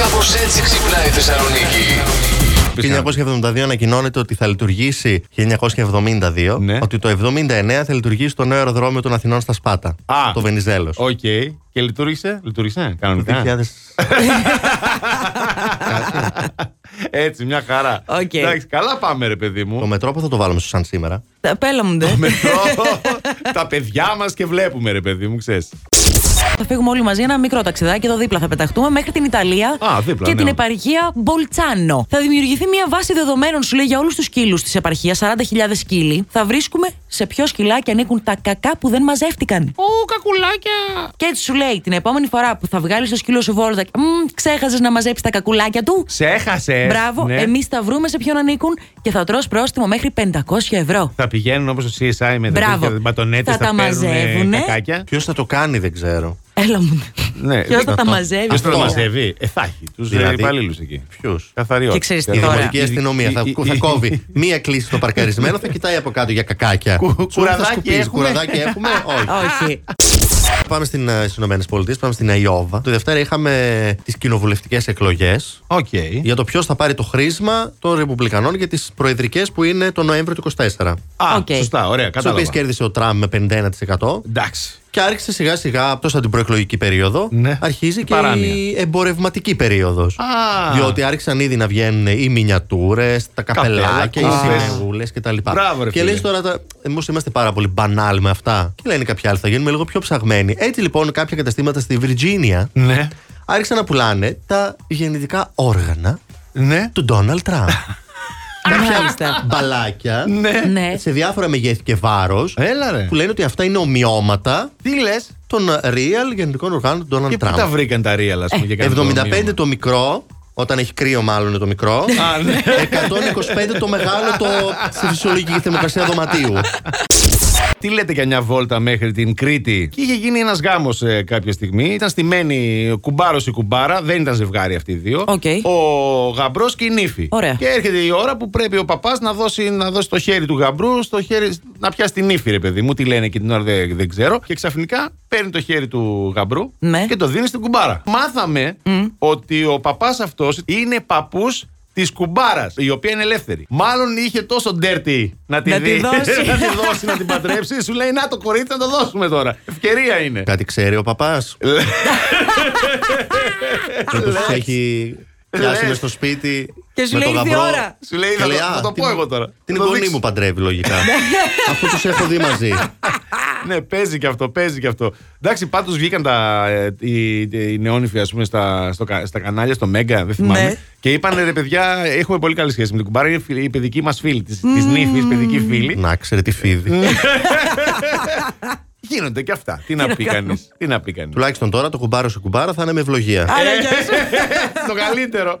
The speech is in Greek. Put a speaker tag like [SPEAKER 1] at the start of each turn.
[SPEAKER 1] Κάπως έτσι ξυπνάει η Θεσσαλονίκη.
[SPEAKER 2] 1972 ανακοινώνεται ότι θα λειτουργήσει 1972,
[SPEAKER 3] Ναι.
[SPEAKER 2] ότι το 79 θα λειτουργήσει το νέο αεροδρόμιο των Αθηνών στα Σπάτα.
[SPEAKER 3] Α.
[SPEAKER 2] Το Βενιζέλος.
[SPEAKER 3] Οκ. Και λειτουργήσε. Λειτουργήσε. ναι, Κανονικά.
[SPEAKER 2] 2000.
[SPEAKER 3] Έτσι, μια χαρά.
[SPEAKER 4] Οκ.
[SPEAKER 3] Εντάξει, καλά πάμε, ρε παιδί μου.
[SPEAKER 2] Το μετρόπο θα το βάλουμε στο σαν σήμερα.
[SPEAKER 4] Τα Ε, πέλα μου, ντε.
[SPEAKER 3] Μετρό, τα παιδιά μας και βλέπουμε, ρε παιδί μου, ξέρεις.
[SPEAKER 4] Θα φύγουμε όλοι μαζί ένα μικρό ταξιδάκι εδώ δίπλα. Θα πεταχτούμε μέχρι την Ιταλία
[SPEAKER 3] Α, δίπλα,
[SPEAKER 4] και
[SPEAKER 3] ναι.
[SPEAKER 4] την επαρχία Μπολτσάνο. Θα δημιουργηθεί μια βάση δεδομένων, σου λέει, για όλους τους σκύλους της επαρχίας, 40.000 σκύλοι. Θα βρίσκουμε σε ποιο σκυλάκι ανήκουν τα κακά που δεν μαζεύτηκαν.
[SPEAKER 3] Ω, κακουλάκια!
[SPEAKER 4] Και έτσι σου λέει, την επόμενη φορά που θα βγάλεις το σκύλο σου βόλτα, ξέχασες να μαζέψεις τα κακουλάκια του.
[SPEAKER 3] Σε έχασε.
[SPEAKER 4] Μπράβο,
[SPEAKER 3] Ναι.
[SPEAKER 4] εμείς θα βρούμε σε ποιον ανήκουν και θα τρως πρόστιμο μέχρι 500 ευρώ.
[SPEAKER 3] Θα πηγαίνουν όπως το CSI με τα
[SPEAKER 4] Μπράβο.
[SPEAKER 3] τέτοια μπατονέτες,
[SPEAKER 4] Θα τα
[SPEAKER 3] παίρνουνε
[SPEAKER 4] μαζεύουνε.
[SPEAKER 3] κακάκια.
[SPEAKER 2] Ποιος θα το κάνει, δεν ξέρω.
[SPEAKER 4] Έλα μου.
[SPEAKER 3] Ναι,
[SPEAKER 4] Ποιο θα
[SPEAKER 3] δυνατό.
[SPEAKER 4] τα μαζεύει.
[SPEAKER 3] Ποιος θα τα
[SPEAKER 2] Αυτό.
[SPEAKER 3] μαζεύει. Ε, θα έχει τους
[SPEAKER 2] Δηλαδή.
[SPEAKER 3] υπαλλήλους εκεί.
[SPEAKER 2] Ποιου.
[SPEAKER 3] Καθαριό.
[SPEAKER 4] Και ξέρεις
[SPEAKER 3] Ε,
[SPEAKER 4] τι
[SPEAKER 2] Η
[SPEAKER 4] Τώρα.
[SPEAKER 2] δημοτική αστυνομία θα, θα κόβει μία κλίση στο παρκαρισμένο, θα κοιτάει από κάτω για κακάκια.
[SPEAKER 3] Κου-
[SPEAKER 2] Σου
[SPEAKER 3] κουραδάκι
[SPEAKER 2] θα σκουπίζεις.
[SPEAKER 3] έχουμε?
[SPEAKER 2] Κουραδάκι έχουμε, όχι.
[SPEAKER 3] Ε.
[SPEAKER 4] Όχι.
[SPEAKER 2] Πάμε στην, ε, στις Ηνωμένες Πολιτείες, πάμε στην Αϊόβα. Το Δευτέρα είχαμε τις κοινοβουλευτικές εκλογές
[SPEAKER 3] Οκ.
[SPEAKER 2] για το ποιος θα πάρει το χρήσμα των Ρεπουμπλικανών για τις προεδρικές που είναι το Νοέμβριο του 24.
[SPEAKER 3] Α,
[SPEAKER 4] Οκ.
[SPEAKER 3] σωστά, ωραία,
[SPEAKER 2] Τις οποίες
[SPEAKER 3] κατάλαβα.
[SPEAKER 2] κέρδισε ο Τραμπ με 51%
[SPEAKER 3] Εντάξει.
[SPEAKER 2] και άρχισε σιγά σιγά από τόσο την προεκλογική περίοδο
[SPEAKER 3] Ναι.
[SPEAKER 2] αρχίζει
[SPEAKER 3] Η
[SPEAKER 2] και
[SPEAKER 3] παράνοια.
[SPEAKER 2] η εμπορευματική περίοδος.
[SPEAKER 3] Α.
[SPEAKER 2] Διότι άρχισαν ήδη να βγαίνουν οι μινιατούρες, τα καπελάκια, οι
[SPEAKER 3] Α.
[SPEAKER 2] συνεγούλες κτλ.
[SPEAKER 3] Μπράβο, ρε
[SPEAKER 2] και
[SPEAKER 3] φίλε.
[SPEAKER 2] λες τώρα, τα- εμείς είμαστε πάρα πολύ μπανάλ με αυτά. Και λένε κάποιοι άλλοι, θα γίνουμε λίγο πιο ψαγμένοι. Έτσι λοιπόν κάποια καταστήματα στη Βιρτζίνια
[SPEAKER 3] Ναι.
[SPEAKER 2] άρχισαν να πουλάνε τα γεννητικά όργανα
[SPEAKER 3] Ναι.
[SPEAKER 2] του Ντόναλτ Τραμπ.
[SPEAKER 4] Μάλιστα.
[SPEAKER 2] Κάποια μπαλάκια
[SPEAKER 3] Ναι.
[SPEAKER 4] Ναι.
[SPEAKER 2] σε διάφορα μεγέθη και βάρος
[SPEAKER 3] Έλα ρε.
[SPEAKER 2] που λένε ότι αυτά είναι ομοιώματα
[SPEAKER 3] Τι λες.
[SPEAKER 2] των real γεννητικών οργάνων του
[SPEAKER 3] Και
[SPEAKER 2] Ντόναλτ
[SPEAKER 3] πού τα
[SPEAKER 2] Τραμπ.
[SPEAKER 3] βρήκαν τα real, ας πούμε. και κάνουν το
[SPEAKER 2] 75
[SPEAKER 3] μήνυμα.
[SPEAKER 2] το μικρό, όταν έχει κρύο μάλλον είναι το μικρό.
[SPEAKER 3] Α, ναι.
[SPEAKER 2] 125 το μεγάλο το, στη φυσιολογική θερμοκρασία δωματίου.
[SPEAKER 3] Τι λέτε για μια βόλτα μέχρι την Κρήτη. Και είχε γίνει ένας γάμος κάποια στιγμή. Ήταν στημένη ο κουμπάρος η κουμπάρα. Δεν ήταν ζευγάρι αυτοί οι δύο.
[SPEAKER 4] Οκ.
[SPEAKER 3] Ο γαμπρός και η νύφη.
[SPEAKER 4] Ωραία.
[SPEAKER 3] Και έρχεται η ώρα που πρέπει ο παπάς να δώσει, να δώσει το χέρι του γαμπρού, στο χέρι, να πιάσει την νύφη, ρε παιδί μου. Τι λένε και την ώρα δεν, δεν ξέρω. Και ξαφνικά παίρνει το χέρι του γαμπρού
[SPEAKER 4] Ναι.
[SPEAKER 3] και το δίνει στην κουμπάρα. Μάθαμε ότι ο παπάς αυτός είναι παππούς Της κουμπάρας, η οποία είναι ελεύθερη. Μάλλον είχε τόσο dirty να τη
[SPEAKER 4] Να τη
[SPEAKER 3] δει.
[SPEAKER 4] δώσει.
[SPEAKER 3] να τη δώσει, να την παντρέψει. Σου λέει να το κορίτσι να το δώσουμε τώρα. Ευκαιρία είναι.
[SPEAKER 2] Κάτι ξέρει ο παπάς. Μήπω έχει πιάσει
[SPEAKER 3] Λες.
[SPEAKER 2] μες στο σπίτι.
[SPEAKER 4] Και σου
[SPEAKER 2] με
[SPEAKER 4] λέει,
[SPEAKER 2] το
[SPEAKER 4] «Ήρθε η
[SPEAKER 2] γαμπρό.
[SPEAKER 4] ώρα».
[SPEAKER 3] Σου λέει,
[SPEAKER 2] Και
[SPEAKER 3] θα το-
[SPEAKER 2] λέει,
[SPEAKER 3] θα
[SPEAKER 2] «Α,
[SPEAKER 3] το
[SPEAKER 2] την-
[SPEAKER 3] πω εγώ τώρα. Θα
[SPEAKER 2] Την
[SPEAKER 3] το
[SPEAKER 2] εγγονή
[SPEAKER 3] δείξω».
[SPEAKER 2] μου παντρεύει λογικά.
[SPEAKER 4] Ναι.
[SPEAKER 2] Αφού τους έχω δει μαζί.
[SPEAKER 3] ναι, παίζει και αυτό, παίζει και αυτό. Εντάξει, πάντως βγήκαν τα, ε, οι, οι νεόνυφοι, ας πούμε, στα, στο, κα- στα κανάλια, στο Μέγκα, δεν θυμάμαι.
[SPEAKER 4] Ναι.
[SPEAKER 3] Και είπαν ρε παιδιά, έχουμε πολύ καλή σχέση με την κουμπάρα. Είναι φιλ- η παιδική μας φίλη, της νύφη, παιδική φίλη.
[SPEAKER 2] Να ξέρει τι φίδι.
[SPEAKER 3] Ναι. Γίνονται και αυτά. Τι να πει κανείς. Τι να πει κανείς.
[SPEAKER 2] Τουλάχιστον τώρα το κουμπάρο σε κουμπάρα θα είναι με ευλογία.
[SPEAKER 3] Ε,
[SPEAKER 4] Άρα γεια σου.
[SPEAKER 3] Το καλύτερο.